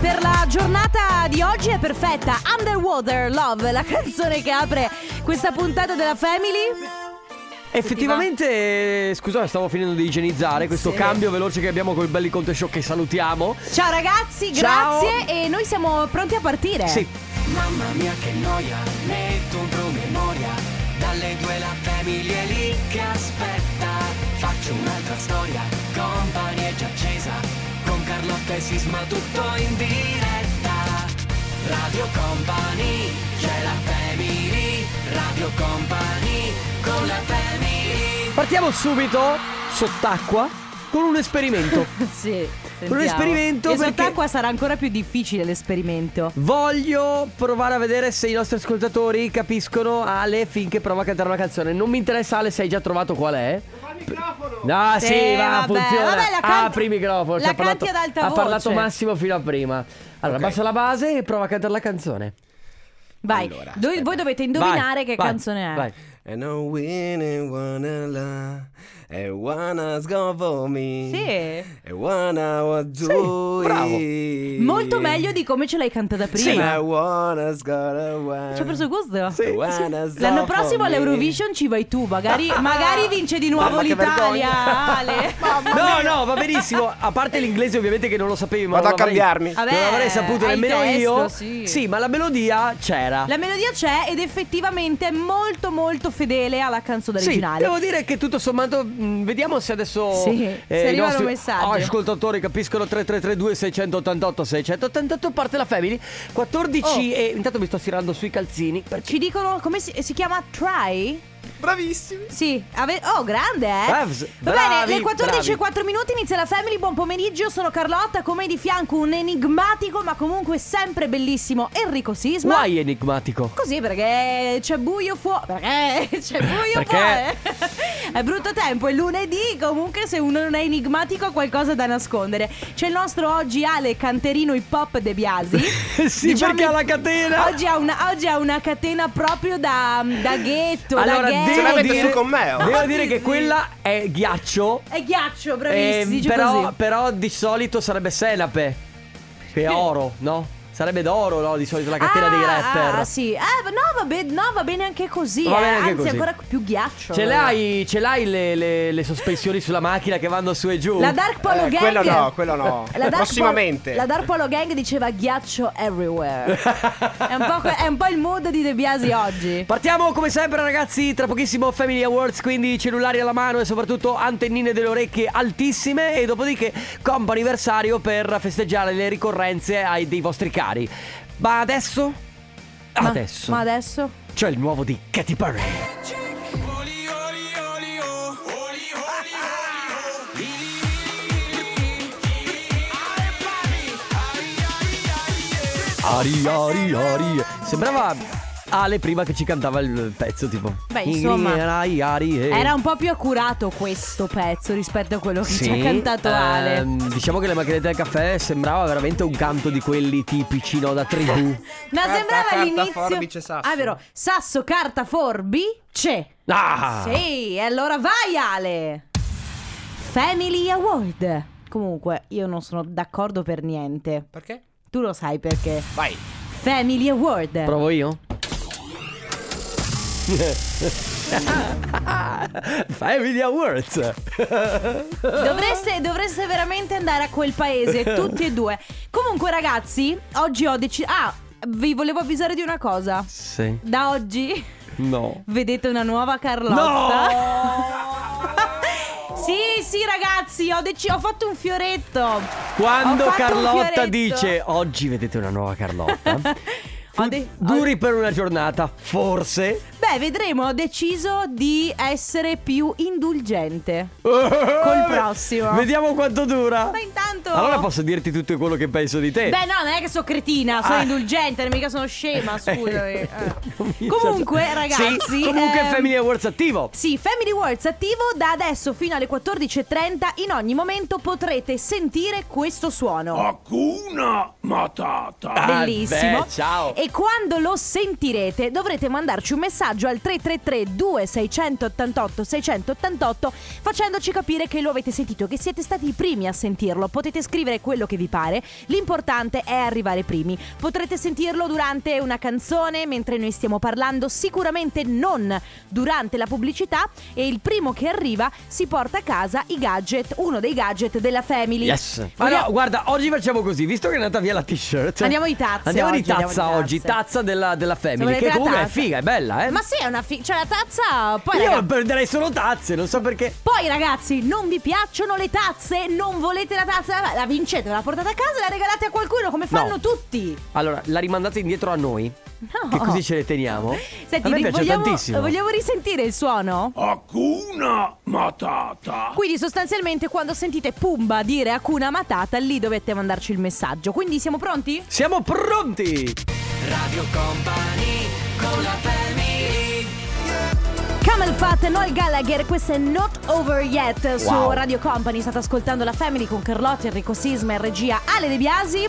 per la giornata di oggi è perfetta. Underwater Love, la canzone che apre questa puntata della Family. Effettivamente, scusate, stavo finendo di igienizzare questo cambio veloce che abbiamo col Belli Conte Show che salutiamo. Ciao ragazzi, Ciao. grazie e noi siamo pronti a partire. Sì, Mamma mia che noia, metto un promemoria Dalle due la famiglia è lì che aspetta Faccio un'altra storia, company è già accesa Con Carlotta e Sisma tutto in diretta Radio Company, c'è la family Radio Company, con la family partiamo subito sott'acqua con un esperimento. Sì, Un esperimento E perché- sott'acqua sarà ancora più difficile l'esperimento. Voglio provare a vedere se i nostri ascoltatori capiscono Ale finché prova a cantare una canzone. Non mi interessa Ale se hai già trovato qual è. Ah sì, Eh, va, vabbè, funziona. vabbè, la canti- Apri il microfono. la ci ha parlato- canti ad alta Ha voce. parlato Massimo fino a prima. Allora, basta la base e prova a cantare la canzone. Vai, Allora, do- aspetta. voi dovete indovinare Vai, che vai, canzone è. Vai. And a winning wanna love And wanna's gone for me Sì. And wanna what do bravo. it. Molto meglio di come ce l'hai cantata And I prima. wanna's gone away Ci ha preso gusto. And wanna's L'anno gone for prossimo me. all'Eurovision ci vai tu, magari, magari vince di nuovo Mamma, che l'Italia, Ale. No, no, va benissimo. A parte l'inglese, ovviamente, che non lo sapevi. Ma Vado non a l'avrei- cambiarmi. Vabbè, non l'avrei saputo hai il nemmeno testo, io. sì. ma la melodia c'era. La melodia c'è ed effettivamente è molto molto fedele alla canzone Sì, originale. devo dire che tutto sommato mh, vediamo se adesso eh, Sì, se i arrivano nostri Oh, messaggi. ascoltatori capiscono 3332 688 688 parte la family 14 Oh. e intanto mi sto stirando sui calzini perché Ci dicono come si, si chiama Try? Bravissimi Sì, ave- oh grande eh Bravs- Va bravi, bene, le 14 e bravi. 4 minuti inizia la Family, buon pomeriggio, sono Carlotta, come di fianco un enigmatico ma comunque sempre bellissimo Enrico Sisma guai enigmatico Così perché c'è buio fuori. Perché c'è buio Perché? fuori. È brutto tempo, è lunedì. Comunque, se uno non è enigmatico, ha qualcosa da nascondere. C'è il nostro oggi Ale Canterino hip hop De Biasi. Diciamo Sì, perché ha la catena. Oggi ha una, oggi ha una catena proprio da, da ghetto. allora da ghetto. Se la devo mette dire, su con me, oh. devo Sì, dire che sì. quella è ghiaccio È ghiaccio, eh, bravissimo. dice però, così. però di solito sarebbe senape che è oro no? Sarebbe d'oro no? di solito la catena ah, dei rapper Ah, sì. Eh, no, va bene, no, va bene anche così. Va bene eh. anche Anzi, così. ancora più ghiaccio. Ce l'hai, ce l'hai le, le- le sospensioni sulla macchina che vanno su e giù? La Dark Polo Eh, Gang. Eh, Quello no, quello no La Dark Prossimamente Pol- la Dark Polo Gang diceva ghiaccio everywhere. è, un po', que- è un po' il mood di De Biasi oggi. Partiamo come sempre ragazzi, tra pochissimo Family Awards, quindi cellulari alla mano e soprattutto antennine delle orecchie altissime e dopodiché compa anniversario per festeggiare le ricorrenze ai, dei vostri cari. Ma adesso? Ma- adesso Ma adesso? c'è il nuovo di Katy Perry. Ari, ari, ari. Sembrava Ale prima che ci cantava il pezzo tipo. Beh, insomma, Ari, ari, eh. Era un po' più accurato questo pezzo rispetto a quello che ci ha cantato Ale. ehm, diciamo che le macchinette del caffè sembrava veramente un canto di quelli tipici, no, da tribù. Ma Carta, sembrava carta, l'inizio. forbice, sasso. Ah, è vero. Sasso, carta, forbice. Ah! Sì, e allora vai Ale. Family Award. Comunque, io non sono d'accordo per niente. Perché? Tu lo sai perché. Vai Family Award. Provo io? Family Awards Dovreste, dovreste veramente andare a quel paese, tutti e due. Comunque, ragazzi, oggi ho deciso. Ah, vi volevo avvisare di una cosa. Sì Da oggi No vedete una nuova Carlotta. sì, sì, ragazzi, ho, deci- ho fatto un fioretto. Ho Quando fatto un Carlotta fioretto. dice Oggi vedete una nuova Carlotta Ho de- ho- Duri per una giornata Forse Beh, vedremo. Ho deciso di essere più indulgente. Oh. Col prossimo. Vediamo quanto dura Ma intanto. Allora posso dirti tutto quello che penso di te Beh, no, non è che sono cretina, sono Ah. indulgente, non mica sono scema, scusami. Eh. Comunque, certo- Sì, ragazzi, Comunque ehm, Family Awards attivo Sì, Family Words attivo da adesso fino alle 14.30. In ogni momento potrete sentire questo suono. Hakuna Matata Ah, Bellissimo. beh, ciao. E quando lo sentirete dovrete mandarci un messaggio messaggio al 333 2688 688 facendoci capire che lo avete sentito, che siete stati i primi a sentirlo. Potete scrivere quello che vi pare, l'importante è arrivare primi. Potrete sentirlo durante una canzone, mentre noi stiamo parlando, sicuramente non durante la pubblicità e il primo che arriva si porta a casa i gadget, uno dei gadget della Family. Yes. Ma Vogliamo- no, guarda, oggi facciamo così, visto che è andata via la t-shirt. Andiamo di tazze Andiamo di oggi, andiamo tazza di oggi, tazze. tazza della, della Se family. volete Che la comunque è tazza. figa, è bella, eh. Ma sì, è una fi- cioè la tazza poi Io raga- prenderei solo tazze, non so perché. Poi ragazzi, non vi piacciono le tazze? Non volete la tazza? La vincete, la portate a casa e la regalate a qualcuno come fanno No. tutti. Allora, la rimandate indietro a noi. No. Che così ce le teniamo. Senti, a me ri- piace vogliamo, tantissimo. vogliamo risentire il suono? Hakuna Matata. Quindi sostanzialmente quando sentite Pumba dire Hakuna Matata, lì dovete mandarci il messaggio. Quindi siamo pronti? Siamo pronti! Radio Company con la family Camel Fat, Noel Gallagher, questo è Not Over Yet su Wow. Radio Company. State ascoltando la Family con Carlotta, Enrico Sisma e regia Ale De Biasi.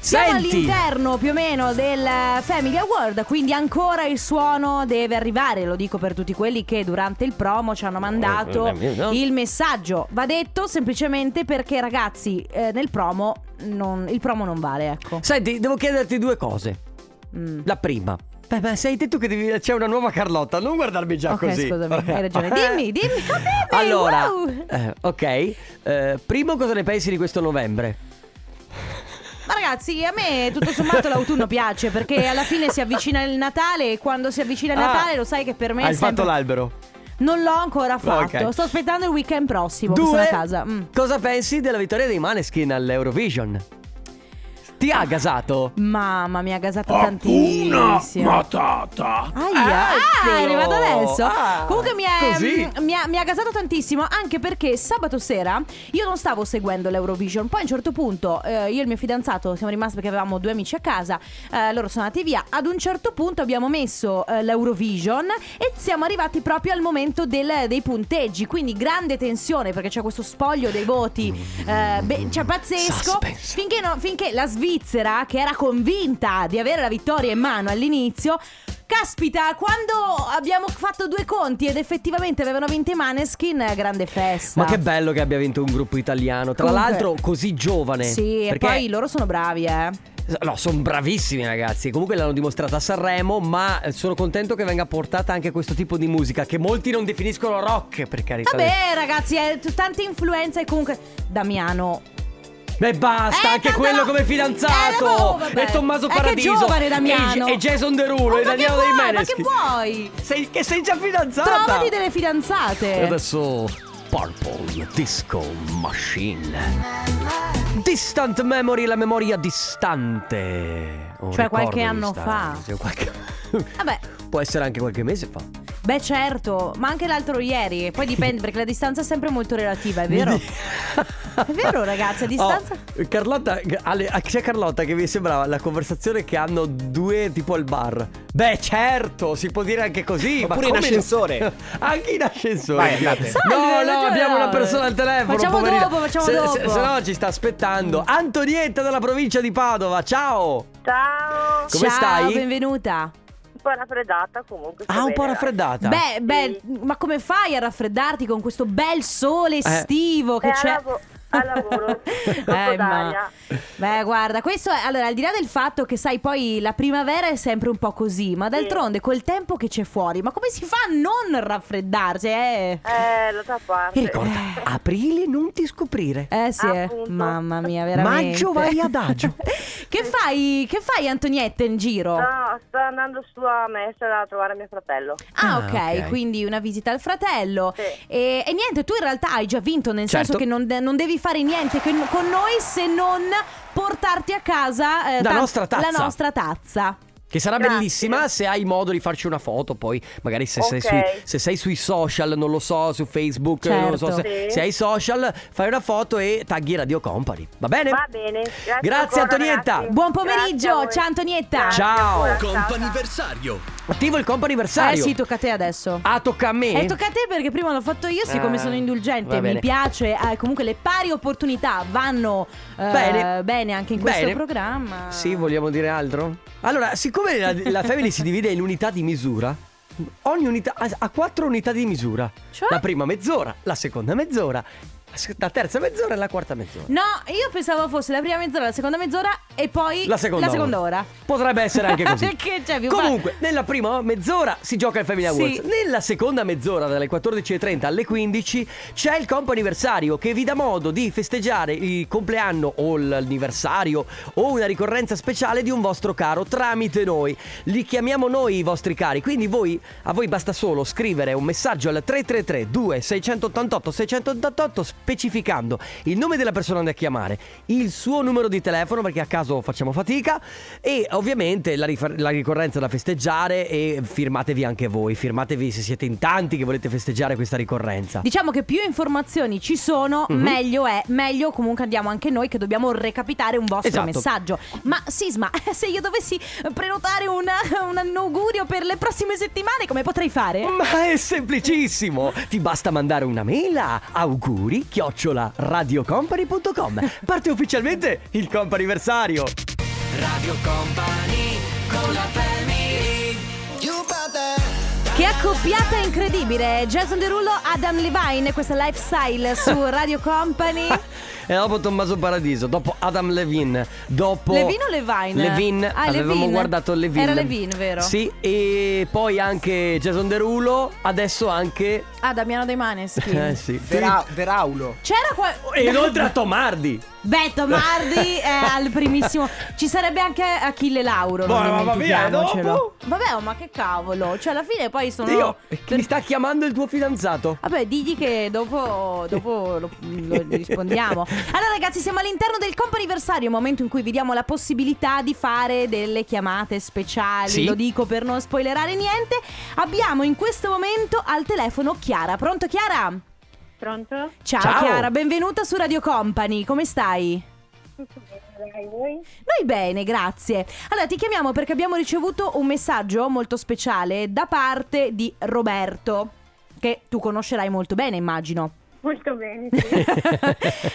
Siamo Senti. all'interno più o meno del eh, Family Award, quindi ancora il suono deve arrivare, lo dico per tutti quelli che durante il promo ci hanno Eh, mandato il messaggio. Va detto semplicemente perché ragazzi, eh, nel promo non- il promo non vale, ecco. Senti, devo chiederti due cose. Mm. La prima. Beh, ma sei detto che devi- c'è una nuova Carlotta, non guardarmi già Ok, così. scusami, Vabbè. hai ragione. Dimmi, dimmi, va bene, Allora, wow. eh, ok. eh, primo, cosa ne pensi di questo novembre? Ma ragazzi, a me tutto sommato l'autunno piace perché alla fine si avvicina il Natale e quando si avvicina il Ah, Natale lo sai che per me è Hai sempre- fatto l'albero. Non l'ho ancora fatto. Ok. Sto aspettando il weekend prossimo che sono Due, a casa. Mm. cosa pensi della vittoria dei Maneskin all'Eurovision? Ti ha gasato? Mamma mi ha gasato Hakuna tantissimo. Matata. Aia, Eccolo! ah, è arrivato adesso. Ah, Comunque mi è- così? mi ha, mi ha gasato tantissimo anche perché sabato sera io non stavo seguendo l'Eurovision. Poi a un certo punto eh, io e il mio fidanzato siamo rimasti perché avevamo due amici a casa, eh, loro sono andati via. Ad un certo punto abbiamo messo eh, l'Eurovision e siamo arrivati proprio al momento del- dei punteggi. Quindi grande tensione perché c'è questo spoglio dei voti, eh, be- cioè pazzesco. Suspense. Finché, no- finché la Svizzera, che era convinta di avere la vittoria in mano all'inizio, caspita, quando abbiamo fatto due conti ed effettivamente avevano vinto i Maneskin, eh, grande festa. Ma che bello che abbia vinto un gruppo italiano. Tra Comunque- l'altro, così giovane. Sì, e perché- poi loro sono bravi, eh. No, sono bravissimi ragazzi. Comunque l'hanno dimostrata a Sanremo. Ma eh, sono contento che venga portata anche questo tipo di musica. Che molti non definiscono rock, per carità. Vabbè, ragazzi, eh, t- tante influenze e comunque Damiano Beh, basta, Eh, anche tanto quello no. come Eh, vabbè, oh, fidanzato. vabbè. e Tommaso Eh, che Paradiso. giovane, e- Damiano. E, Jason Derulo. Oh, e ma che Daniele vuoi? dei Ma che Maneskin. vuoi? Sei, che sei già fidanzata. Trovati delle E fidanzate. adesso Purple Disco Machine. Distant Memory, la memoria distante. Un Cioè, ricordo qualche anno distante. fa. Sì, qualche- Vabbè, Può essere anche qualche mese fa. beh, certo, ma anche l'altro ieri. Poi dipende perché la distanza è sempre molto relativa, è vero? È vero, ragazzi, a distanza. Oh, Carlotta, Ale- c'è Carlotta che mi sembrava la conversazione che hanno due tipo al bar. Beh, certo, si può dire anche così. ma Oppure in come no? ascensore. anche in ascensore. Vai, andate. Salve, no, no, ragione. abbiamo una persona al telefono. Facciamo poverina. dopo, facciamo se, dopo. Se, se no ci sta aspettando. Antonietta dalla provincia di Padova, ciao. Ciao, Come Ciao, stai? benvenuta. un po' raffreddata comunque. sto Ah, un po' bene, raffreddata. Beh, beh, ma come fai a raffreddarti con questo bel sole estivo che Eh, al c'è? lavo- al lavoro, sotto Eh, ma... d'aria. Beh, guarda, questo è- allora, al di là del fatto che sai, poi la primavera è sempre un po' così, ma d'altronde col tempo che c'è fuori, ma come si fa a non raffreddarsi? Eh, dai. Eh, l'altra parte. Mi ricorda, aprile non ti scoprire. eh sì, eh. Appunto. mamma mia, veramente. Maggio vai adagio. che fai? Che fai Antonietta in giro? No, sto andando su a Messera a trovare mio fratello. Ah, Ah, ok, ok. quindi una visita al fratello. Sì. E, e niente, tu in realtà hai già vinto, nel Certo. senso che non, de- non devi fare niente che- con noi se non portarti a casa eh, La tan- nostra tazza. La nostra tazza. Eh, Che sarà Grazie. bellissima se hai modo di farci una foto poi, magari se, sei, Ok. sui, se sei sui social, non lo so, su Facebook, Certo. non lo so, se, Sì. se hai social, fai una foto e tagghi Radio Company. Va bene? Va bene, grazie. Grazie, ancora, Antonietta. ragazzi. Buon Grazie pomeriggio, a voi. ciao Antonietta. Grazie Ciao. ancora, Comp'anniversario Attivo il Eh comp'anniversario. sì, tocca a te adesso. Ah, tocca a me. E Eh, tocca a te perché prima l'ho fatto io, siccome Ah, sono va indulgente, bene. mi piace. eh, comunque le pari opportunità vanno eh, Bene. anche in questo Bene. programma. Sì, vogliamo dire altro? Allora, siccome la, la family si divide in unità di misura, ogni unità ha, ha quattro unità di misura. Cioè? La prima mezz'ora, la seconda mezz'ora, la se- la terza mezz'ora e la quarta mezz'ora. No, io pensavo fosse la prima mezz'ora, la seconda mezz'ora e poi La seconda, ora. Potrebbe essere anche così. Perché c'è più Comunque, nella prima mezz'ora si gioca il Family Sì. Awards. Nella seconda mezz'ora, dalle 14.30 alle 15, c'è il compo anniversario che vi dà modo di festeggiare il compleanno o l'anniversario o una ricorrenza speciale di un vostro caro tramite noi. Li chiamiamo noi i vostri cari. Quindi voi, a voi basta solo scrivere un messaggio al 333 2688 688 specificando il nome della persona da chiamare, il suo numero di telefono perché a caso facciamo fatica e ovviamente la, rifer- la ricorrenza da festeggiare e firmatevi anche voi, firmatevi se siete in tanti che volete festeggiare questa ricorrenza. Diciamo che più informazioni ci sono, meglio è, meglio comunque andiamo anche noi che dobbiamo recapitare un vostro Esatto. messaggio. Ma Sisma, se io dovessi prenotare un, un augurio per le prossime settimane, come potrei fare? Ma è semplicissimo! Ti basta mandare una mail a auguri chiocciola radiocompany.com. Parte ufficialmente il comp'anniversario! Radio Company con la family Che accoppiata incredibile! Jason Derulo, Adam Levine, questa lifestyle su Radio Company. E dopo Tommaso Paradiso, dopo Adam Levine, dopo... Levine o Levine? Levine, Ah, avevamo Levine. guardato Levine. Era Levine, vero? Sì, e poi anche Jason Derulo, adesso anche... Ah, Damiano De Maneskin. Eh sì. Veraulo. C'era qua. E inoltre a Tomardi. Beh, Tomardi è al primissimo. Ci sarebbe anche Achille Lauro. Boh, non ma va via, dimentichiamocelo. dopo? Vabbè, oh, ma che cavolo. Cioè, alla fine poi sono. Io, per- mi sta chiamando il tuo fidanzato. Vabbè, digli che dopo, dopo lo, lo rispondiamo. Allora, ragazzi, siamo all'interno del comp'anniversario, momento in cui vi diamo la possibilità di fare delle chiamate speciali. Sì. Lo dico per non spoilerare niente. Abbiamo in questo momento al telefono Chiara. Pronto, Chiara? Pronto? Ciao, Ciao. Chiara, benvenuta su Radio Company. Come stai? Tutto bene, dai, voi? Noi bene, grazie. Allora ti chiamiamo perché abbiamo ricevuto un messaggio molto speciale da parte di Roberto, che tu conoscerai molto bene, immagino. Molto bene, sì.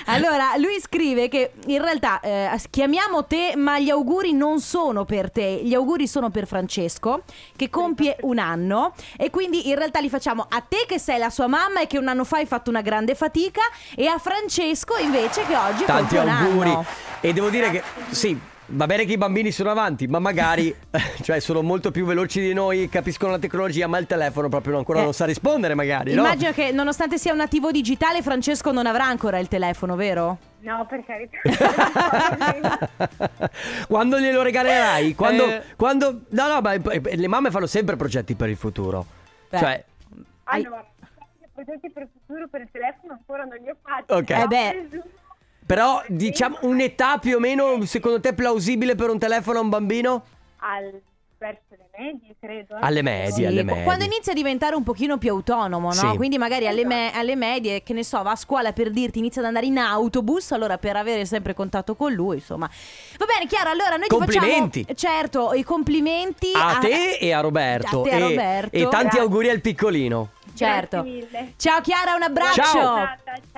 allora, lui scrive che in realtà eh, chiamiamo te, ma gli auguri non sono per te, gli auguri sono per Francesco, che compie un anno e quindi in realtà li facciamo a te che sei la sua mamma e che un anno fa hai fatto una grande fatica e a Francesco invece che oggi Tanti compie un auguri. anno. E devo dire che sì, va bene che i bambini sono avanti, ma magari cioè sono molto più veloci di noi, capiscono la tecnologia, ma il telefono proprio ancora Eh. non sa rispondere magari, no? Immagino che nonostante sia un nativo digitale, Francesco non avrà ancora il telefono, vero? No, per carità. quando glielo regalerai? Quando, Eh. quando- No, no, ma eh, le mamme fanno sempre progetti per il futuro. Beh. Cioè, Hai- allora, i progetti per il futuro per il telefono ancora non li ho fatti. Ok. Eh beh. Gesù. però diciamo un'età più o meno secondo te plausibile per un telefono a un bambino? Al, verso le medie, credo. eh. Alle medie, Sì, alle qu- medie. Quando inizia a diventare un pochino più autonomo, no? Sì. Quindi magari alle, me- Esatto. alle medie, che ne so, va a scuola per dirti, inizia ad andare in autobus, allora per avere sempre contatto con lui, insomma. Va bene, Chiara, allora noi Complimenti. ti facciamo certo i complimenti A te e a Roberto. A te e a e, Roberto. e tanti Grazie. auguri al piccolino. Certo. Grazie mille. Ciao Chiara, un abbraccio. Ciao. Ciao.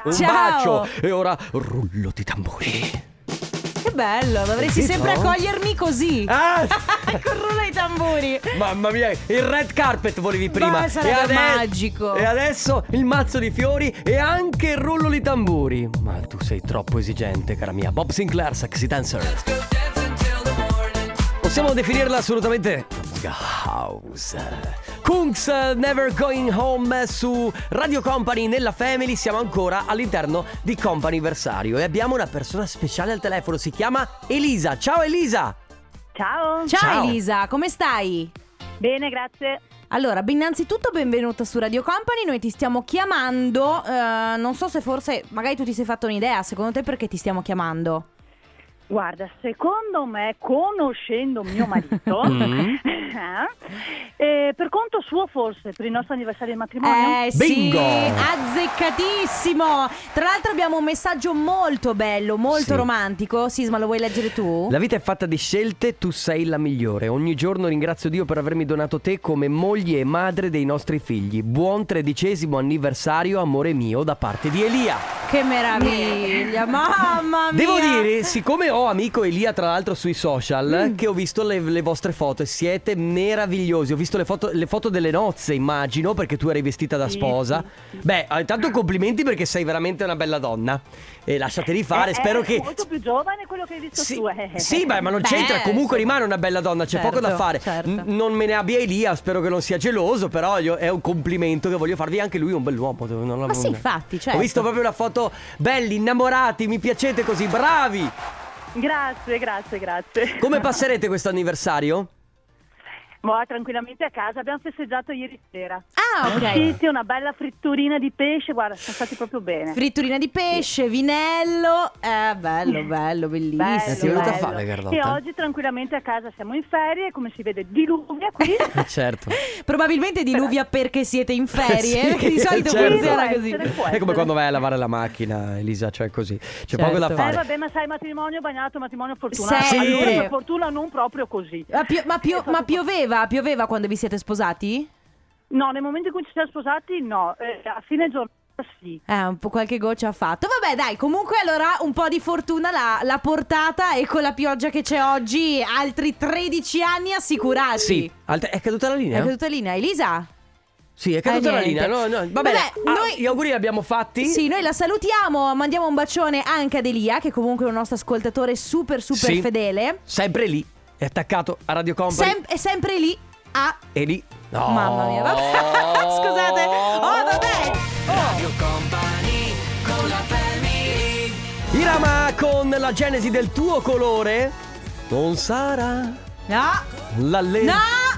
Un Ciao. bacio. E ora rullo di tamburi. Che bello, dovresti Sì, sempre no? accogliermi così. Ah, Con rullo ai tamburi. mamma mia, il red carpet volevi prima. Beh, sarebbe magico. E adesso il mazzo di fiori e anche il rullo di tamburi. Ma tu sei troppo esigente, cara mia. Bob Sinclair, sexy dancer. Possiamo definirla assolutamente musica house. Kungs eh, Never Going Home eh, su Radio Company nella Family. Siamo ancora all'interno di Companiversario e abbiamo una persona speciale al telefono. Si chiama Elisa. Ciao Elisa! Ciao. Ciao, Ciao. Elisa, come stai? Bene, grazie. Allora, beh, innanzitutto benvenuta su Radio Company, noi ti stiamo chiamando, eh, non so se forse, magari tu ti sei fatto un'idea, secondo te perché ti stiamo chiamando? Guarda, secondo me, conoscendo mio marito, Mm. eh, per conto suo forse, per il nostro anniversario di matrimonio, Eh Bingo! sì, azzeccatissimo! Tra l'altro abbiamo un messaggio molto bello, molto Sì. romantico, Sisma lo vuoi leggere Oh. tu? La vita è fatta di scelte, tu sei la migliore. Ogni giorno ringrazio Dio per avermi donato te come moglie e madre dei nostri figli. Buon tredicesimo anniversario, amore mio, da parte di Elia. Che meraviglia, mamma mia! Devo dire, siccome ho amico Elia, tra l'altro, sui social, Mm. che ho visto le, le vostre foto e siete meravigliosi. Ho visto le foto, le foto delle nozze, immagino, perché tu eri vestita da Sì, sposa. Beh, eh, tanto complimenti perché sei veramente una bella donna. E lasciateli fare, Eh, spero eh, che. molto più giovane quello che hai visto Sì, tu. eh. sì, beh, ma non Beh, c'entra. insomma. Comunque rimane una bella donna, c'è poco da Certo, fare. certo. N- non me ne abbia Elia, spero che non sia geloso, però io- è un complimento che voglio farvi. Anche lui è un bell'uomo. non l'avevo- sì, infatti, certo. Ho visto proprio una foto belli, innamorati, mi piacete così, bravi. Grazie, grazie, grazie. Come passerete questo anniversario? Ma tranquillamente a casa, abbiamo festeggiato ieri sera. Ah, Eh. ok. Usciti, una bella fritturina di pesce, guarda, sono stati proprio bene. Fritturina di pesce, vinello. Eh, bello, bello, bellissimo. Ti Bello, Mm. Eh è venuta bello. fame, Carlotta? E oggi tranquilamente a casa siamo in ferie, come si vede diluvia qui. Eh, certo. Probabilmente diluvia perché siete in ferie. perché di Sì, solito certo. funziona Può così. essere, può È come essere. quando vai a lavare la macchina, Elisa, cioè così. C'è poco da Certo. Eh fare. vabbè, ma sai, matrimonio bagnato, matrimonio fortunato. Sì. Allora, Sì. per fortuna non proprio così. Ma, pio- ma pio- ma pioveva, pioveva quando vi siete sposati? No, nel momento in cui ci siamo sposati, no. Eh, a fine giornata sì. Eh, un po' qualche goccia ha fatto. Vabbè, dai, comunque allora un po' di fortuna l'ha, l'ha portata e con la pioggia che c'è oggi altri 13 anni assicurati. Sì, Eh? alt- è caduta la linea? È caduta linea, Elisa? Sì, è caduta Eh, la linea. niente. No, no, va Vabbè, bene. Ah, noi- Gli auguri li abbiamo fatti. Sì, noi la salutiamo, mandiamo un bacione anche ad Elia, che comunque è un nostro ascoltatore super super Sì. fedele. Sempre lì. È attaccato a Radio Company. Sem- è sempre lì a... e lì. No. Mamma mia, vabbè. Scusate. Oh, vabbè. Irama con la genesi del tuo colore. Non sarà No. l'allegria.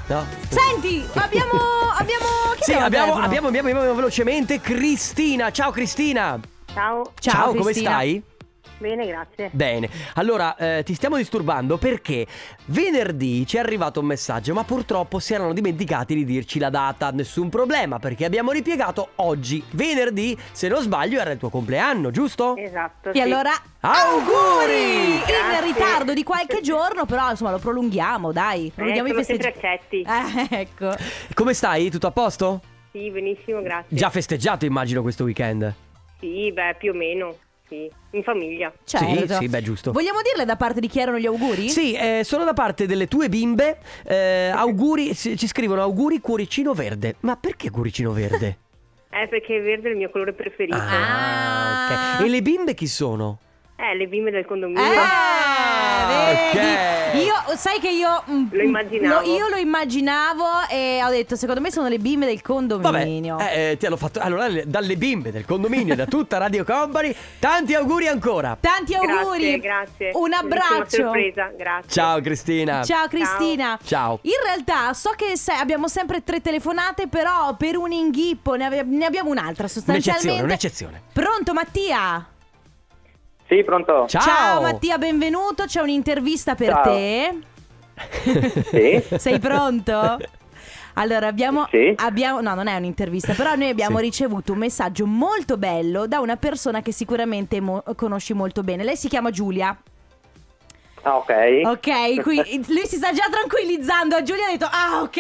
No! Senti, abbiamo... abbiamo... chi Sì, abbiamo al telefono? abbiamo, abbiamo, abbiamo, abbiamo velocemente Cristina. Ciao Cristina. Ciao, Ciao, come Cristina. stai? bene, grazie. Bene. Allora, eh, ti stiamo disturbando perché venerdì ci è arrivato un messaggio, ma purtroppo si erano dimenticati di dirci la data. Nessun problema, perché abbiamo ripiegato oggi. Venerdì, se non sbaglio, era il tuo compleanno, giusto? Esatto. E sì. allora Auguri! in Grazie. ritardo di qualche giorno, però insomma lo prolunghiamo, dai. Prolunghiamo i Eh, sono festeggi- Ecco, sempre accetti. Eh, ecco. Come stai? Tutto a posto? Sì, benissimo, grazie. Già festeggiato, immagino, questo weekend. Sì, beh, più o meno. Sì, in famiglia. Certo. Sì, sì, beh, giusto. Vogliamo dirle da parte di chi erano gli auguri? Sì, eh, sono da parte delle tue bimbe. eh, auguri, ci ci scrivono auguri cuoricino verde. Ma perché cuoricino verde? Eh, perché il verde è il mio colore preferito. Ah. ok. E le bimbe chi sono? Eh, le bimbe del condominio. Eh, Ah, vedi? ok. Io sai che io mm, Lo immaginavo. lo- io lo immaginavo e ho detto secondo me sono le bimbe del Vabbè, condominio. eh, eh, ti hanno fatto. Allora, le- dalle bimbe del condominio, da tutta Radio Company, tanti auguri ancora. Tanti Grazie, auguri. grazie. Un Bellissima abbraccio. sorpresa, grazie. Ciao, Cristina. Ciao Cristina. Ciao. In realtà so che se- abbiamo sempre tre telefonate, però per un inghippo ne, ave- ne abbiamo un'altra Un'eccezione, sostanzialmente. un'eccezione. Pronto Mattia? Sì, pronto? Ciao. Mattia, benvenuto. C'è un'intervista per Ciao. te. Sì. Sei pronto? Allora, abbiamo, Sì. abbiamo- No, non è un'intervista, però noi abbiamo Sì. ricevuto un messaggio molto bello da una persona che sicuramente mo- conosci molto bene. Lei si chiama Giulia. Ah, ok. Ok, qui lui si sta già tranquillizzando. Giulia ha detto: Ah, ok.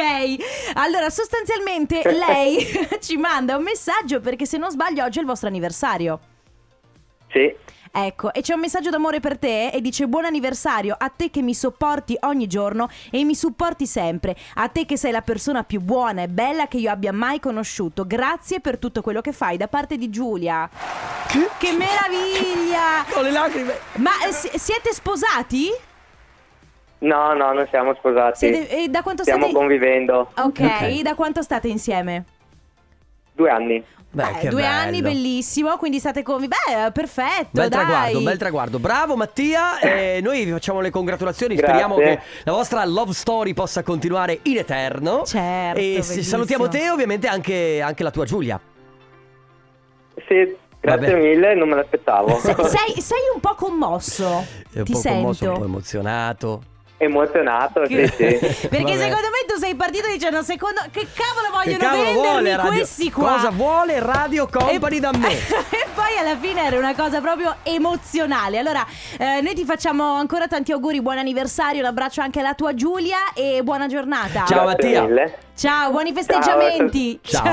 Allora, sostanzialmente lei ci manda un messaggio perché, se non sbaglio, oggi è il vostro anniversario. Sì. Ecco, e c'è un messaggio d'amore per te e dice buon anniversario a te che mi sopporti ogni giorno e mi supporti sempre, a te che sei la persona più buona e bella che io abbia mai conosciuto, grazie per tutto quello che fai da parte di Giulia. Che, Che meraviglia! Ho le lacrime. Ma eh, si- siete sposati? No, no, non siamo sposati. Siete- Oh. e da quanto Stiamo state... convivendo. ok, Ok. da quanto state insieme? Due anni. Beh, Beh, che Eh, due bello. anni, bellissimo, quindi state con... Beh, perfetto, dai. Bel traguardo, bel traguardo. Bravo Mattia, eh, noi vi facciamo le congratulazioni, Grazie. speriamo che la vostra love story possa continuare in eterno. Certo, E bellissimo. s- salutiamo te e ovviamente anche, anche la tua Giulia. Sì, grazie Vabbè. mille, non me l'aspettavo. Se- sei, sei un po' commosso, È un ti po' sento. commosso, un po' emozionato. Emozionato, sì, sì. Perché Vabbè. secondo me tu sei partito dicendo secondo che cavolo vogliono che cavolo vendermi vuole radio... questi qua. Cosa vuole Radio Company da me? e poi alla fine era una cosa proprio emozionale. Allora, eh, noi ti facciamo ancora tanti auguri, buon anniversario, un abbraccio anche alla tua Giulia e buona giornata. Ciao, grazie Mattia. mille. Ciao, buoni festeggiamenti. eh. Ciao.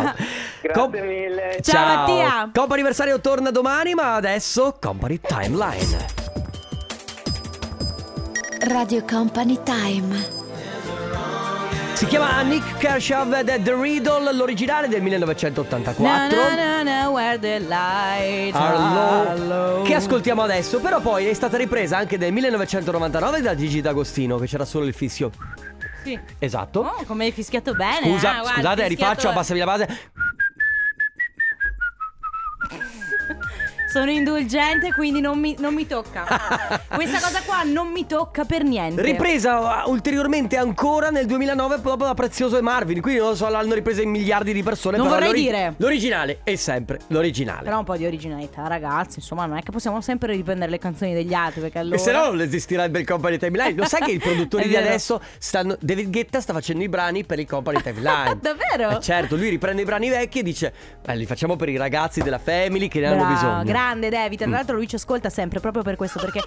Grazie Com- mille. Ciao, Mattia. Company anniversario torna domani, ma adesso Company Timeline. Radio Company Time. Si chiama Nick Kershaw ed è The Riddle, l'originale del 1984. Na, na, na, na, where the lights Arlo, are low. che ascoltiamo adesso, però poi è stata ripresa anche nel 1999 da Gigi D'Agostino, che c'era solo il fischio. Sì. Esatto. Oh, come hai fischiato bene. Scusa, eh, guarda, scusate, hai fischiato- rifaccio, abbassami la base. Sono indulgente, quindi non mi, non mi tocca. Questa cosa qua non mi tocca per niente. Ripresa uh, ulteriormente ancora nel 2009 proprio da Prezioso e Marvin, quindi non lo so, l'hanno ripresa in miliardi di persone. Non però vorrei l'ori- dire. L'originale è sempre l'originale. Però un po' di originalità, ragazzi. Insomma, non è che possiamo sempre riprendere le canzoni degli altri. Perché allora. E se no non esistirebbe il company timeline. Lo sai che i produttori È di vero. adesso stanno. David Guetta sta facendo i brani per il company timeline. Davvero? Eh, certo, lui riprende i brani vecchi e dice: "Beh, li facciamo per i ragazzi della family che ne hanno Bravo, bisogno. Mm. Grande David. Tra l'altro lui ci ascolta sempre proprio per questo, perché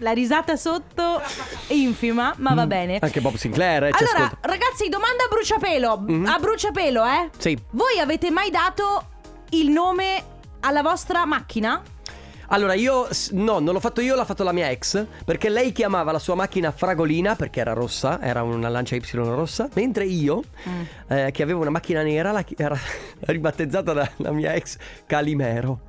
la risata sotto è infima, ma va bene. Mm. Anche Bob Sinclair, eh, ci Allora, ascolta. ragazzi, domanda a bruciapelo. A bruciapelo, eh? Sì. Voi avete mai dato il nome alla vostra macchina? Allora, io s- no, non l'ho fatto io, l'ha fatto la mia ex. Perché lei chiamava la sua macchina Fragolina perché era rossa, era una lancia Y rossa. Mentre io, Mm. eh, che avevo una macchina nera, la chi- era ribattezzata da- la mia ex Calimero.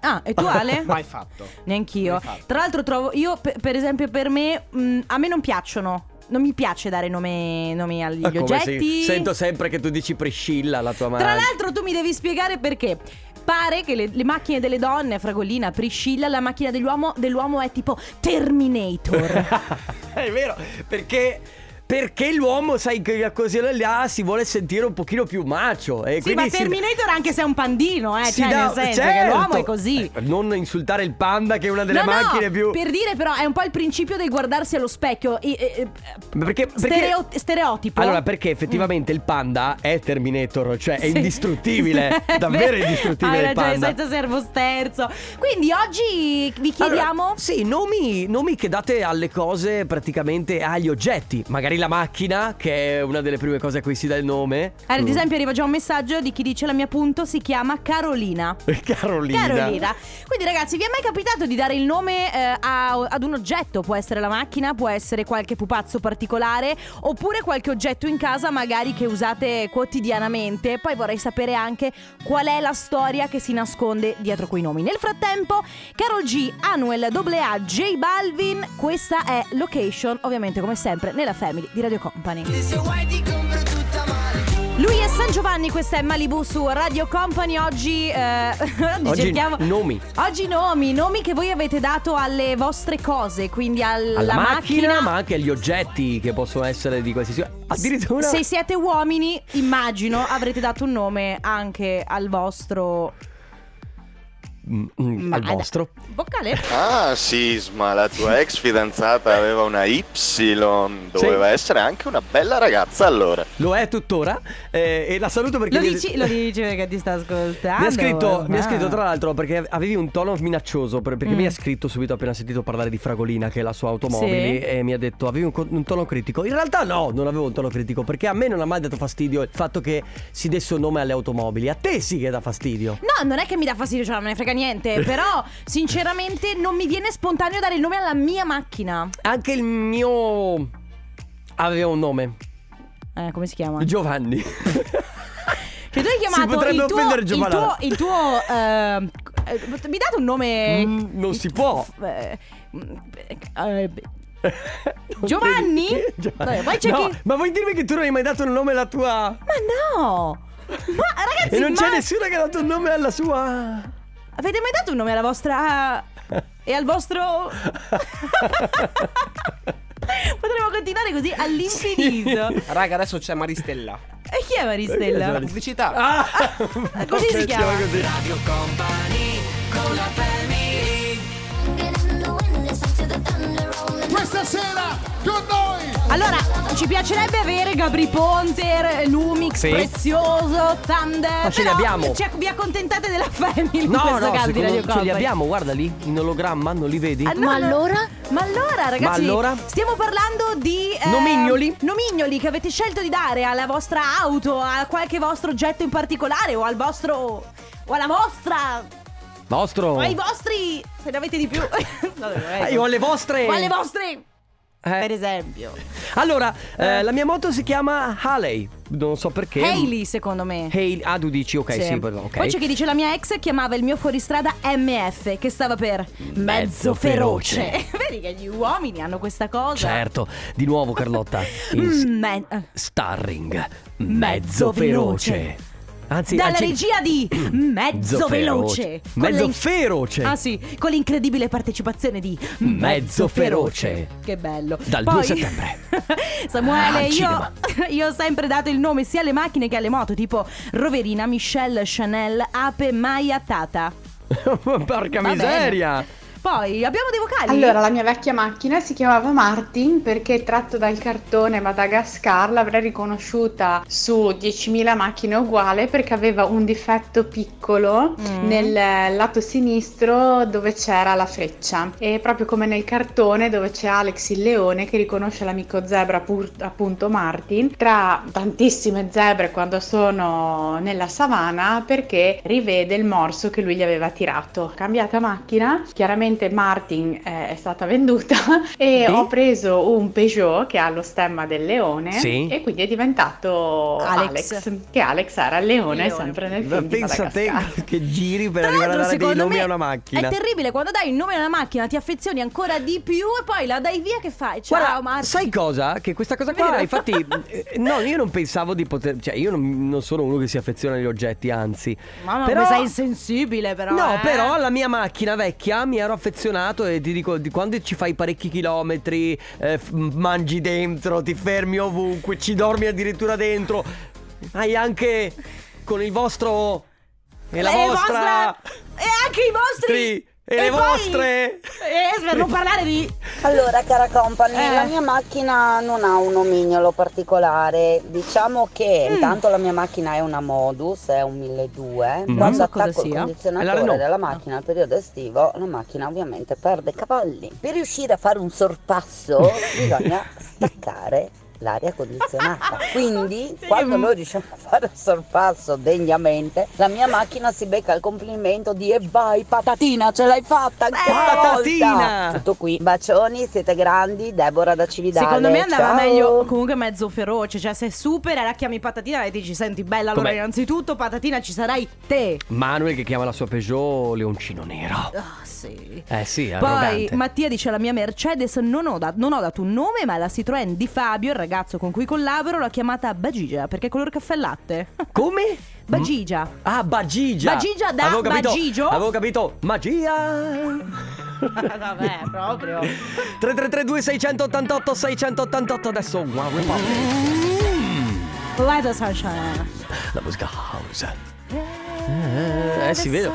Ah, e tu Ale? Mai fatto. Neanch'io. Mai fatto. Tra l'altro trovo io pe- per esempio per me mh, a me non piacciono. Non mi piace dare nome, nomi agli Ma Ah, come oggetti. sì? Sento sempre che tu dici Priscilla la tua madre. Tra l'altro tu mi devi spiegare perché. Pare che le, le macchine delle donne, Fragolina, Priscilla, la macchina dell'uomo, dell'uomo è tipo Terminator. È vero, perché... Perché l'uomo, sai, che a così là si vuole sentire un pochino più macio. E sì, quindi ma si- Terminator anche se è un pandino, eh. si Cioè, dà- nel senso che certo! l'uomo è così. Eh, non insultare il panda, che è una delle no, macchine no, più. Per dire, però, è un po' il principio del guardarsi allo specchio. I- eh, eh, Ma Perché, perché- stereo- stereotipo. Allora, perché effettivamente il panda è Terminator, cioè è Sì. indistruttibile. davvero Hai indistruttibile il ragione, panda. senza servo sterzo. Quindi oggi vi chiediamo. Allora, sì, nomi, nomi che date alle cose praticamente agli oggetti. Magari la macchina, che è una delle prime cose a cui si dà il nome. Allora, Ad esempio, arriva già un messaggio di chi dice la mia punto si chiama Carolina. Mm. Carolina. Carolina. Quindi, ragazzi, vi è mai capitato di dare il nome eh, a- ad un oggetto? Può essere la macchina, può essere qualche pupazzo particolare, oppure qualche oggetto in casa, magari che usate quotidianamente. Poi vorrei sapere anche qual è la storia che si nasconde dietro quei nomi. Nel frattempo, Carol G, Anuel, AA, J Balvin, questa è Location, ovviamente come sempre, nella family di Radio Company. Lui è San Giovanni, questa è Malibu su Radio Company. Oggi, eh, oggi Oggi cerchiamo. nomi. Oggi nomi, nomi che voi avete dato alle vostre cose, quindi alla, Alla macchina, ma anche agli oggetti che possono essere di qualsiasi. Addirittura. Se siete uomini, immagino avrete dato un nome anche al vostro Mm, mm, al Mad- vostro. vocale. Ah, Sisma, la tua ex fidanzata aveva una Y, doveva essere anche una bella ragazza allora. Lo è tuttora. eh, e la saluto perché. Lo mi- dici, lo dici perché ti sta ascoltando. Mi ha, scritto, mi ha ormai. scritto, tra l'altro perché avevi un tono minaccioso per- Perché Mm. mi ha scritto subito appena sentito parlare di Fragolina che è la sua Sì. automobile E mi ha detto avevi un, co- un tono critico In realtà no, non avevo un tono critico Perché a me non ha mai dato fastidio il fatto che si desse un nome alle automobili A te sì che dà fastidio No, non è che mi dà fastidio, cioè non me ne frega niente. Però, sinceramente, non mi viene spontaneo dare il nome alla mia macchina. Anche il mio... aveva un nome Eh, come si chiama? Giovanni Cioè, tu hai Si chiamato potrebbe il tuo, offendere il tuo, Giovanna. il tuo ehm, eh, mi date un nome? Mm, non si può. Eh, mm, eh, Giovanni? Dai, poi c'è No, chi- Ma vuoi dirmi che tu non hai mai dato un nome alla tua... ma no! Ma ragazzi, E non c'è ma nessuno che ha dato un nome alla sua... avete mai dato un nome alla vostra e al vostro Potremmo continuare così all'infinito. Raga, adesso c'è Maristella. E chi è Maristella? Eh, Pubblicità. Ah, Così si ok, chiama. così. Questa sera con noi. Allora, ci piacerebbe avere Gabri Ponter, Lumix, Sì. Prezioso, Thunder. Ma ce li però abbiamo. ci- vi accontentate della family in No, questo no, caso di Radio eh. secondo, ce Company. li abbiamo, guarda lì, in ologramma, non li vedi? Ah, no, Ma no. allora? Ma allora, ragazzi, allora? stiamo parlando di eh, Nomignoli. nomignoli che avete scelto di dare alla vostra auto, a qualche vostro oggetto in particolare o al vostro o alla vostra Vostro. Oh. o ai vostri, se ne avete di più. Vabbè, Ah, ecco. io ho le vostre. O alle vostre per esempio. Allora, eh, la mia moto si chiama Haley. Non so perché. Hailey, secondo me. Haley. Ah, tu dici, ok, sì, perdon, ok. Poi c'è chi dice la mia ex chiamava il mio fuoristrada MF, che stava per mezzo, feroce. feroce. Vedi che gli uomini hanno questa cosa. Certo, di nuovo Carlotta. Mm, in- me- eh. Starring. Mezzo Mezzo feroce. feroce. Anzi, Dalla anzi- regia di Mezzo, Mezzo Veloce. feroce. Con Mezzo le in- feroce. Ah sì, con l'incredibile partecipazione di Mezzo feroce. Che bello. Dal Poi- 2 settembre. Ah, Samuele, Al io, cinema. io ho sempre dato il nome sia alle macchine che alle moto, tipo Roverina, Michelle, Chanel, Ape, Maya, Tata. Porca Va bene. miseria. Poi abbiamo dei vocali. Allora, la mia vecchia macchina si chiamava Martin perché tratto dal cartone Madagascar l'avrei riconosciuta su 10.000 macchine uguale perché aveva un difetto piccolo Mm. nel lato sinistro dove c'era la freccia. E proprio come nel cartone dove c'è Alex il leone che riconosce l'amico zebra pur- appunto Martin tra tantissime zebre quando sono nella savana perché rivede il morso che lui gli aveva tirato. Cambiata macchina, chiaramente Martin eh, è stata venduta e Sì. ho preso un Peugeot che ha lo stemma del leone Sì. e quindi è diventato Alex, Alex. che Alex era il leone, Leone. sempre nel Ma film di pensa a te Madagascar. che giri per Tra arrivare l'altro, a dare dei secondo nomi me a una macchina. È terribile quando dai il nome a una macchina, ti affezioni ancora di più e poi la dai via che fai? Ciao Guarda, Marco. sai cosa? Che questa cosa qua, Vero? infatti, eh, no, io non pensavo di poter, cioè io non, non sono uno che si affeziona agli oggetti, anzi. Mamma, però, mi sei insensibile però. No, eh. però la mia macchina vecchia mi ero affezionato e ti dico, di quando ci fai parecchi chilometri, eh, f- mangi dentro, ti fermi ovunque, ci dormi addirittura dentro, hai anche con il vostro... E la Le vostra... vostre- E anche i vostri! Tri- e le poi- vostre! Eh, per non parlare di... Allora, cara company, Eh. la mia macchina non ha un nomignolo particolare. Diciamo che intanto la mia macchina è una Modus, è un 1200. Mm. Non Quando so cosa attacco il sia. È la condizionatore Renault. della macchina al periodo estivo, la macchina ovviamente perde cavalli. Per riuscire a fare un sorpasso bisogna staccare l'aria condizionata. Quindi, quando noi riusciamo a fare il sorpasso degnamente, la mia macchina si becca il complimento di e vai patatina, ce l'hai fatta Eh, ancora una volta!" patatina! Tutto qui. Bacioni, siete grandi, Deborah da Cividale. Secondo me andava Ciao. meglio comunque mezzo feroce, cioè se supera la chiami patatina e dici senti bella allora Com'è? innanzitutto patatina ci sarai te. Manuel che chiama la sua Peugeot Leoncino Nero. Ah sì. Eh sì, è Poi arrogante. Mattia dice la mia Mercedes non ho, da- non ho dato un nome ma la Citroen di Fabio, il ragazzo con cui collaboro, l'ha chiamata Bagigia perché è color caffè latte. Come? Bagigia. Ah, Bagigia. Bagigia da Avevo capito, Bagigio. Avevo capito. Magia. Vabbè, proprio. 3332 688 688 adesso Wow Light of Sunshine. La musica house. Eh, eh, si vede.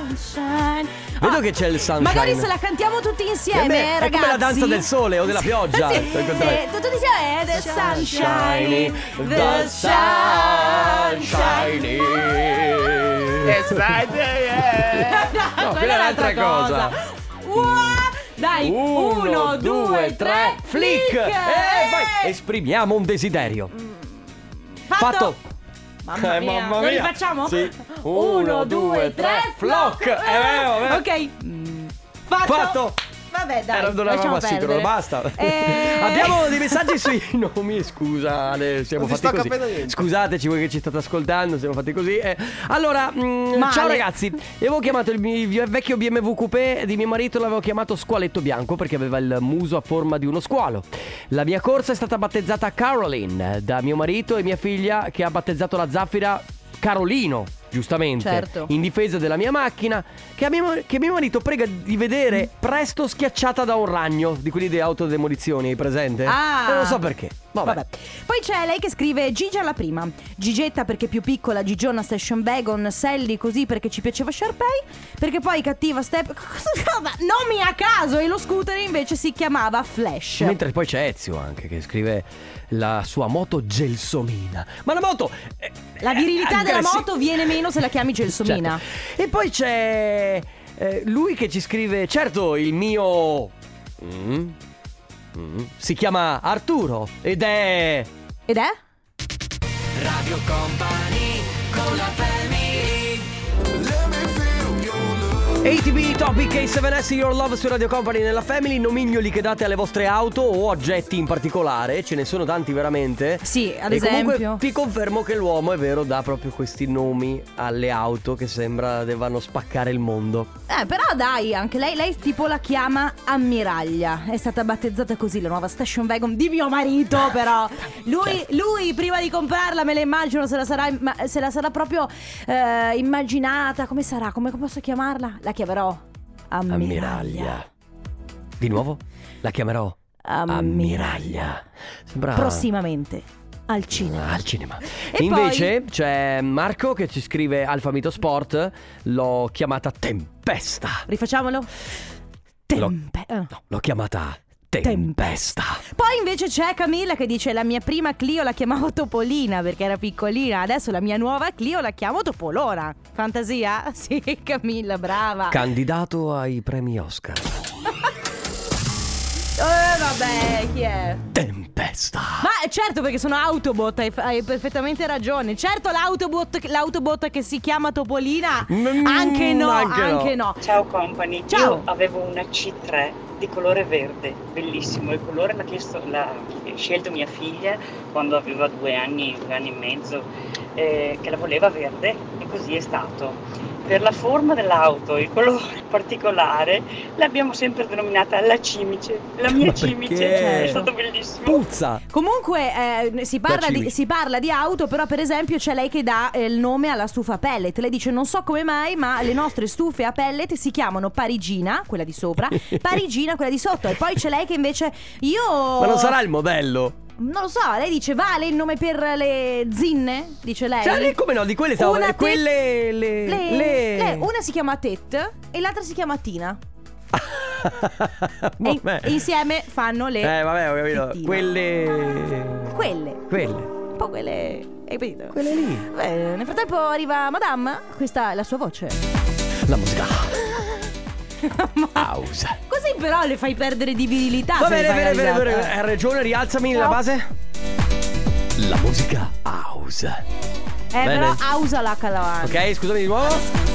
Vedo che c'è il sunshine. Ah, Magari se la cantiamo tutti insieme, Eh beh, eh, è ragazzi. come la danza del sole o della pioggia. sì, Per quanto sì, è- tutti insieme. eh, The sunshine, the sunshine. Sunshiny. No, quella è un'altra cosa. Uah, Dai, uno, due, tre, flick! Eh, vai. Esprimiamo un desiderio. Fatto! Mamma Eh, mia. mamma Lo mia. rifacciamo? Sì. Uno, due, tre, flock! Eh, vabbè. Ok. Mm, Fatto. Fatto. Vabbè, dai. Eh, non dovevamo lasciamo assicurarlo, perdere. basta. Eh. Abbiamo dei messaggi sui nomi, scusa, Ale, siamo Non ti fatti sto così. capendo niente. Scusateci voi che ci state ascoltando, siamo fatti così. eh. Allora, mm, Male. ciao ragazzi, io avevo chiamato il mio il vecchio BMW coupé di mio marito, l'avevo chiamato squaletto bianco perché aveva il muso a forma di uno squalo. La mia corsa è stata battezzata Caroline eh, da mio marito e mia figlia che ha battezzato la zaffira Carolino. Giustamente, Certo. in difesa della mia macchina, che, a mio, che mio marito prega di vedere presto schiacciata da un ragno di quelli di autodemolizioni, hai presente? Ah. Non lo so perché. Vabbè. Vabbè. Poi c'è lei che scrive Gigia la prima, Gigetta perché più piccola, Gigiona station wagon, Sally così perché ci piaceva Sharpay, perché poi cattiva Step... Cosa- Nomi a caso e lo scooter invece si chiamava Flash. Mentre poi c'è Ezio anche che scrive la sua moto gelsomina. Ma la moto eh, è- La virilità è della aggressi- moto viene meno se la chiami Gelsomina. Certo. E poi c'è eh, lui che ci scrive, certo, il mio Mm. Mm. si chiama Arturo ed è Ed è? Radio Company con la family. ATB Topic K7S Your Love su Radio Company nella Family, nomignoli che date alle vostre auto o oggetti in particolare, ce ne sono tanti veramente. Sì, ad e esempio. Comunque ti confermo che l'uomo è vero dà proprio questi nomi alle auto che sembra debbano spaccare il mondo. Eh, però dai, anche lei, lei tipo la chiama Ammiraglia. È stata battezzata così la nuova station wagon di mio marito, però. Lui, lui, prima di comprarla, me la immagino, se la sarà, imma- se la sarà proprio eh, immaginata. Come sarà? Come come posso chiamarla? La chiamerò Ammiraglia. Ammiraglia. Di nuovo? La chiamerò Ammiraglia. Ammiraglia. Sembra Prossimamente al cinema. al cinema. E Invece c'è Marco che ci scrive Alfa Mito Sport, l'ho chiamata Tempesta. Rifacciamolo. Tempe- eh, no. L'ho, l'ho chiamata Tempesta. Poi invece c'è Camilla che dice la mia prima Clio la chiamavo Topolina perché era piccolina, adesso la mia nuova Clio la chiamo Topolona. Fantasia? Sì, Camilla, brava. Candidato ai premi Oscar. eh vabbè, chi è? Tempesta. Ma certo perché sono Autobot, hai, hai perfettamente ragione. Certo l'Autobot, l'Autobot che si chiama Topolina, anche no, Mm, anche anche, no. no. Ciao company, Ciao. io avevo una C3 di colore verde, bellissimo, il colore l'ha, chiesto, l'ha scelto mia figlia quando aveva due anni, due anni e mezzo, eh, che la voleva verde e così è stato. Per la forma dell'auto, il colore particolare, l'abbiamo sempre denominata la cimice, la mia Ma cimice, perché? è stato bellissimo. Puzza. Comunque eh, si, parla Da di, cimici. si parla di auto, però per esempio c'è lei che dà eh, il nome alla stufa pellet. Lei dice non so come mai, ma le nostre stufe a pellet si chiamano Parigina, quella di sopra, Parigina, quella di sotto. E poi c'è lei che invece io... Ma Oh. non sarà il modello? Non lo so, lei dice vale il nome per le zinne, dice lei. Cioè, come no, di quelle stavo Eh. Una eh, te- quelle le, Le- le- le- una si chiama Tet e l'altra si chiama Tina. E, Vabbè. e insieme fanno le... Eh, vabbè, ho capito. Tettina. Quelle Quelle. quelle. Un po' quelle... Hai capito? Quelle lì. Beh, nel frattempo arriva Madame, questa è la sua voce. La musica. Ah. House. Così però le fai perdere di virilità. Va se le bene, fai bene, bene, la risata. bene. Ha ragione, rialzami la eh. No. base. La musica house. Eh, Bene. però ausa la calavana. Ok, scusami di nuovo.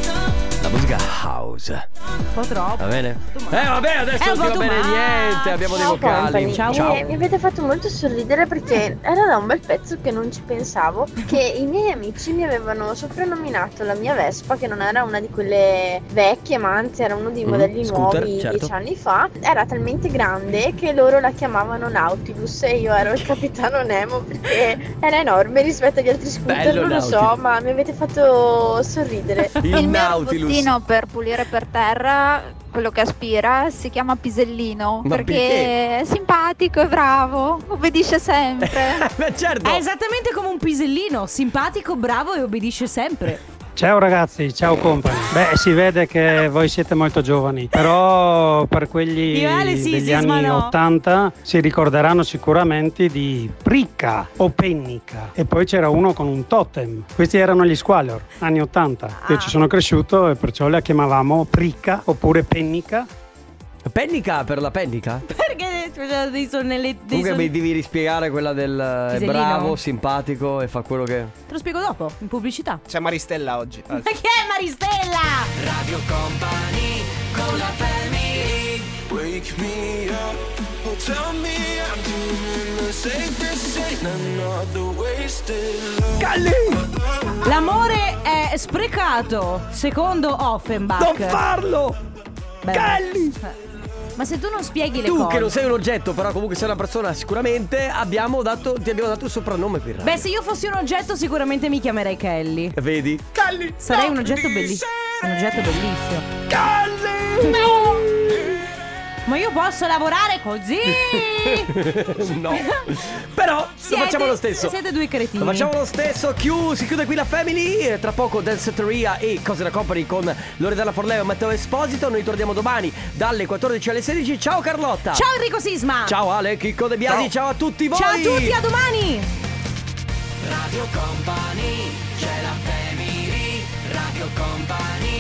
La musica house. Un po' troppo. Va bene? Eh, vabbè, È adesso un non po' ti va bene too much. niente. Abbiamo dei Ciao vocali. company. Eh, mi avete fatto molto sorridere perché era da un bel pezzo che non ci pensavo che i miei amici mi avevano soprannominato la mia Vespa che non era una di quelle vecchie ma anzi era uno dei Mm, modelli scooter, nuovi certo. dieci anni fa era talmente grande che loro la chiamavano Nautilus e io ero il capitano Nemo perché era enorme rispetto agli altri scooter Bello non lo so Nautilus. ma mi avete fatto sorridere Il Il mio Nautilus. robottino per pulire per terra, quello che aspira, si chiama Pisellino Ma perché, perché? è simpatico e bravo, obbedisce sempre. Ma certo. È esattamente come un pisellino, simpatico, bravo e obbedisce sempre. Ciao ragazzi, ciao compagni. Beh, si vede che voi siete molto giovani, però per quelli Io e Ale sì, degli sì, ma anni no. 80 si ricorderanno sicuramente di Pricca o Pennica e poi c'era uno con un totem. Questi erano gli Squalor, anni 80. Io ci sono cresciuto e perciò la chiamavamo Pricca oppure Pennica. Pennica per la pennica? Ah, Perché scusa, dei sonnelletti. dei Comunque son- mi devi rispiegare quella del eh, è Pisellino. bravo, simpatico e fa quello che. Te lo spiego dopo, in pubblicità. C'è Maristella oggi. Ma chi è Maristella? Radio Company con la family. Wake me up, oh tell me I'm doing the safest thing. Another wasted love. L'amore è sprecato, secondo Offenbach. Non farlo! Beh, Ma se tu non spieghi le Tu cose. che non sei un oggetto, però comunque sei una persona, sicuramente abbiamo dato, ti abbiamo dato il soprannome per Beh, se io fossi un oggetto, sicuramente mi chiamerei Kelly. Vedi? Calli! Sarei un oggetto bellissimo. Un oggetto bellissimo. Calli! Ma io posso lavorare così? no. Però Siete- lo facciamo lo stesso. siete due cretini. Lo facciamo lo stesso. Chiu- si chiude qui la family. E tra poco Dance Tria e Cose da Company con Loredana Forleo e Matteo Esposito. Noi torniamo domani dalle 14 alle 16. Ciao Carlotta. Ciao Enrico Sisma. Ciao Ale, Chicco De Biasi, ciao, a tutti voi! Ciao a tutti, a domani. Radio Company, c'è la family. Radio Company.